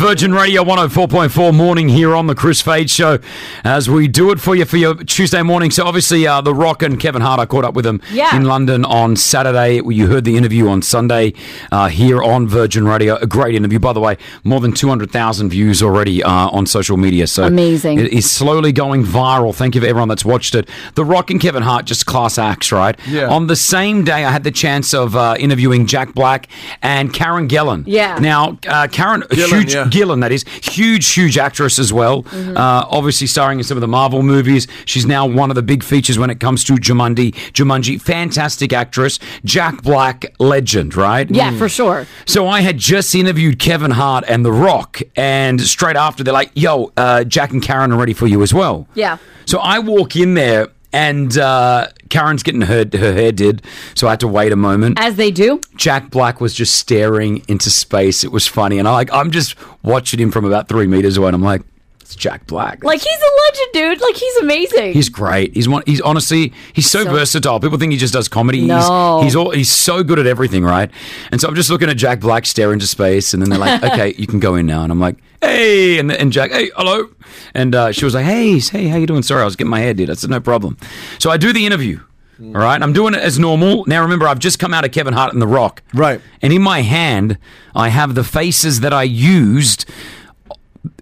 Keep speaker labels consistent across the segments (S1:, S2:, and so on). S1: Virgin Radio 104.4 morning here on the Chris Fade Show as we do it for you for your Tuesday morning. So, obviously, uh, The Rock and Kevin Hart, I caught up with them
S2: Yeah.
S1: in London on Saturday. You heard the interview on Sunday uh, here on Virgin Radio. A great interview, by the way. More than 200,000 views already uh, on social media. So
S2: Amazing.
S1: It is slowly going viral. Thank you for everyone that's watched it. The Rock and Kevin Hart, just class acts, right?
S3: Yeah.
S1: On the same day, I had the chance of uh, interviewing Jack Black and Karen Gillan.
S2: Yeah.
S1: Now, uh, Karen, a
S3: Gillan,
S1: huge
S3: yeah.
S1: Gillan, that is huge, huge actress as well.
S2: Mm-hmm.
S1: Uh, obviously, starring in some of the Marvel movies. She's now one of the big features when it comes to Jumanji. Jumanji, fantastic actress. Jack Black, legend, right? Mm.
S2: Yeah, for sure.
S1: So I had just interviewed Kevin Hart and The Rock, and straight after they're like, "Yo, uh, Jack and Karen are ready for you as well."
S2: Yeah.
S1: So I walk in there, and uh, Karen's getting her her hair did, so I had to wait a moment.
S2: As they do.
S1: Jack Black was just staring into space. It was funny, and I like I'm just watching him from about three meters away, and I'm like, "It's Jack Black."
S2: Like he's a legend, dude. Like he's amazing.
S1: He's great. He's one. He's honestly. He's so,
S2: So-
S1: versatile. People think he just does comedy.
S2: No.
S1: He's he's all. He's so good at everything, right? And so I'm just looking at Jack Black stare into space, and then they're like, "Okay, you can go in now." And I'm like, "Hey," and, and Jack, "Hey, hello." And uh, she was like, "Hey, hey, how you doing?" Sorry, I was getting my hair did. I said, "No problem." So I do the interview.
S2: Hmm.
S1: All right, I'm doing it as normal. Now remember, I've just come out of Kevin Hart and The Rock.
S3: Right.
S1: And in my hand, I have the faces that I used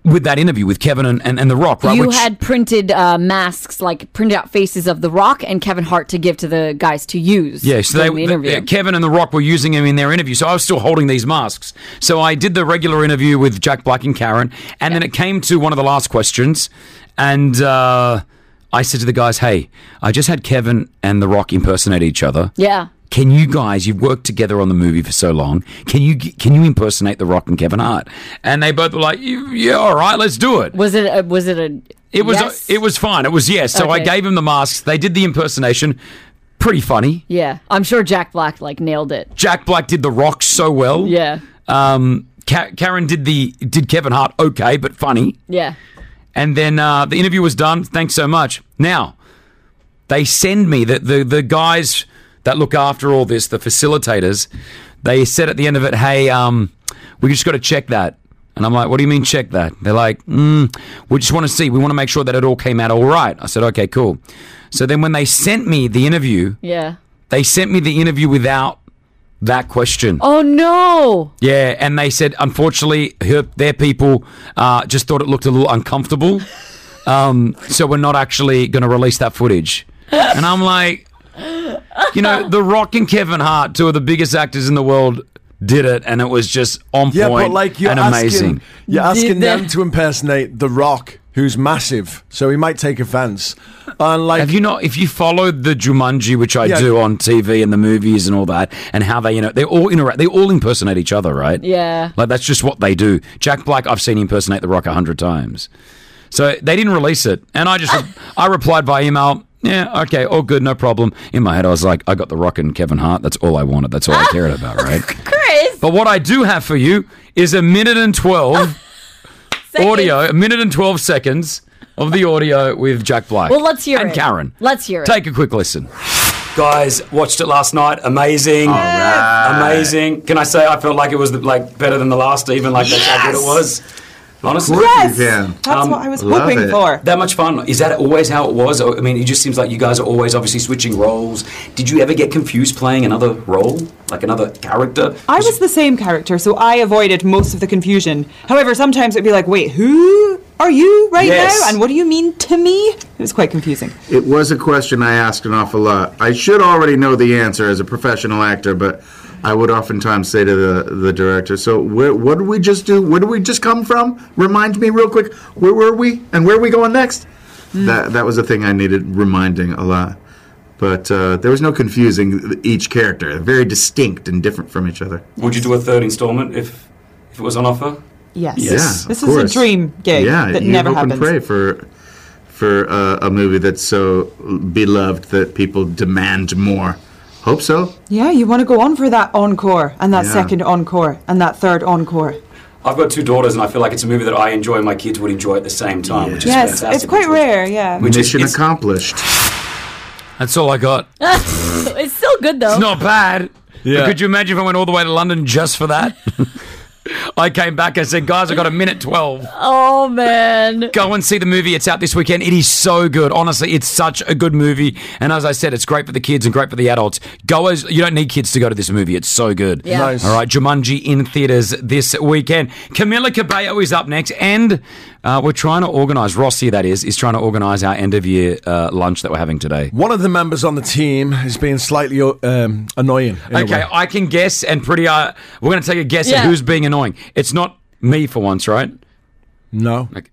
S1: with that interview with Kevin and, and, and The Rock. Right.
S2: you
S1: Which-
S2: had printed uh, masks, like printed out faces of The Rock and Kevin Hart to give to the guys to use.
S1: Yeah, so they,
S2: during the interview.
S1: uh, Kevin and The Rock were using him in their interview. So I was still holding these masks. So I did the regular interview with Jack Black and Karen, and then it came to one of the last questions, and uh, I said to the guys, "Hey, I just had Kevin and The Rock impersonate each other.
S2: yeah.
S1: Can you guys? You've worked together on the movie for so long. Can you can you impersonate The Rock and Kevin Hart?" And they both were like, "Yeah, all right, let's do it."
S2: Was it? A, was it a?
S1: It was
S2: yes?
S1: it was fine. It was yes. So I
S2: Okay.
S1: gave him the masks. They did the impersonation. Pretty funny.
S2: Yeah, I'm sure Jack Black like nailed it.
S1: Jack Black did the rock so well.
S2: Yeah,
S1: Um, Ka- Karen did the did Kevin Hart okay, but funny.
S2: yeah.
S1: And then uh, the interview was done. Thanks so much. Now they send me the, the the guys that look after all this, the facilitators. They said at the end of it, "Hey, um, we just got to check that." And I'm like, "What do you mean check that?" They're like, mm, "We just want to see. We want to make sure that it all came out all right." I said, "Okay, cool." So then when they sent me the interview,
S2: Yeah.
S1: they sent me the interview without that question.
S2: Oh no.
S1: Yeah, and they said unfortunately her, their people uh, just thought it looked a little uncomfortable, um, so we're not actually going to release that footage. And I'm like, you know, The Rock and Kevin Hart, two of the biggest actors in the world, did it, and it was just on
S3: Yeah,
S1: point
S3: but like you're
S1: and
S3: asking,
S1: amazing.
S3: you're
S2: Did
S3: asking
S2: they-
S3: them to impersonate The Rock, who's massive, so he might take offense. And like,
S1: Have you not? If you followed the Jumanji, which I
S3: Yeah.
S1: do on TV and the movies and all that, and how they, you know, they all interact, they all impersonate each other, right?
S2: Yeah.
S1: like that's just what they do. Jack Black, I've seen impersonate The Rock a hundred times, so they didn't release it, and I just, I replied by email. Yeah, okay, all good, no problem. In my head, I was like, I got The Rock and Kevin Hart. That's all I wanted. That's all I cared about, right?
S2: Chris.
S1: But what I do have for you is a minute and twelve audio, a minute and twelve seconds of the audio with Jack Black.
S2: Well, let's hear
S1: and
S2: it.
S1: Karen.
S2: Let's hear it.
S1: Take a quick listen. Guys, watched it last night. Amazing, amazing. Can I say I felt like it was like better than the last, even like that's how good it was. Honestly,
S4: Yes,
S5: can.
S4: that's what I was
S5: Love
S4: hoping
S5: it.
S4: for.
S1: that much fun. Is that always how it was? I mean, it just seems like you guys are always obviously switching roles. Did you ever get confused playing another role, like another character?
S4: I was the same character, so I avoided most of the confusion. However, sometimes it'd be like, "Wait, who are you right
S1: Yes.
S4: now? And what do you mean to me?" It was quite confusing.
S5: It was a question I asked an awful lot. I should already know the answer as a professional actor, but I would oftentimes say to the, the director, "So where, what did we just do? Where did we just come from? Remind me real quick. Where were we? And where are we going next?" That that was a thing I needed reminding a lot. But uh, there was no confusing each character. They're very distinct and different from each other.
S6: Would you do a third installment if if it was on offer?
S4: Yes.
S5: Yeah,
S4: this
S5: of
S4: is
S5: course.
S4: a dream gig
S5: Yeah,
S4: that
S5: you
S4: never
S5: hope
S4: happens.
S5: and pray for for uh, a movie that's so beloved that people demand more. Hope so.
S4: Yeah, you want to go on for that encore and that
S5: Yeah.
S4: second encore and that third encore.
S6: I've got two daughters, and I feel like it's a movie that I enjoy and my kids would enjoy at the same time, which is
S4: yes,
S6: fantastic.
S4: it's quite
S6: which was-
S4: rare. Yeah.
S6: Which is,
S5: Mission
S6: it's,
S5: accomplished.
S1: That's all I got.
S2: It's still good though.
S1: It's not bad.
S3: Yeah.
S1: But could you imagine if I went all the way to London just for that? I came back. I said, guys, I got a minute 12.
S2: Oh man.
S1: Go and see the movie. It's out this weekend. It is so good. Honestly, it's such a good movie. And as I said, it's great for the kids and great for the adults. Go as you don't need kids to go to this movie. It's so good.
S2: Yeah. Nice.
S1: All right, Jumanji in theaters this weekend. Camila Cabello is up next, and uh, we're trying to organise. Rossi, that is, is trying to organise our end of year uh, lunch that we're having today.
S3: One of the members on the team is being slightly um, annoying. in a
S1: Okay,
S3: way.
S1: I can guess, and pretty. Uh, we're going to take a guess
S2: Yeah.
S1: at who's being annoying. It's not me for once, right?
S3: no.
S1: Like,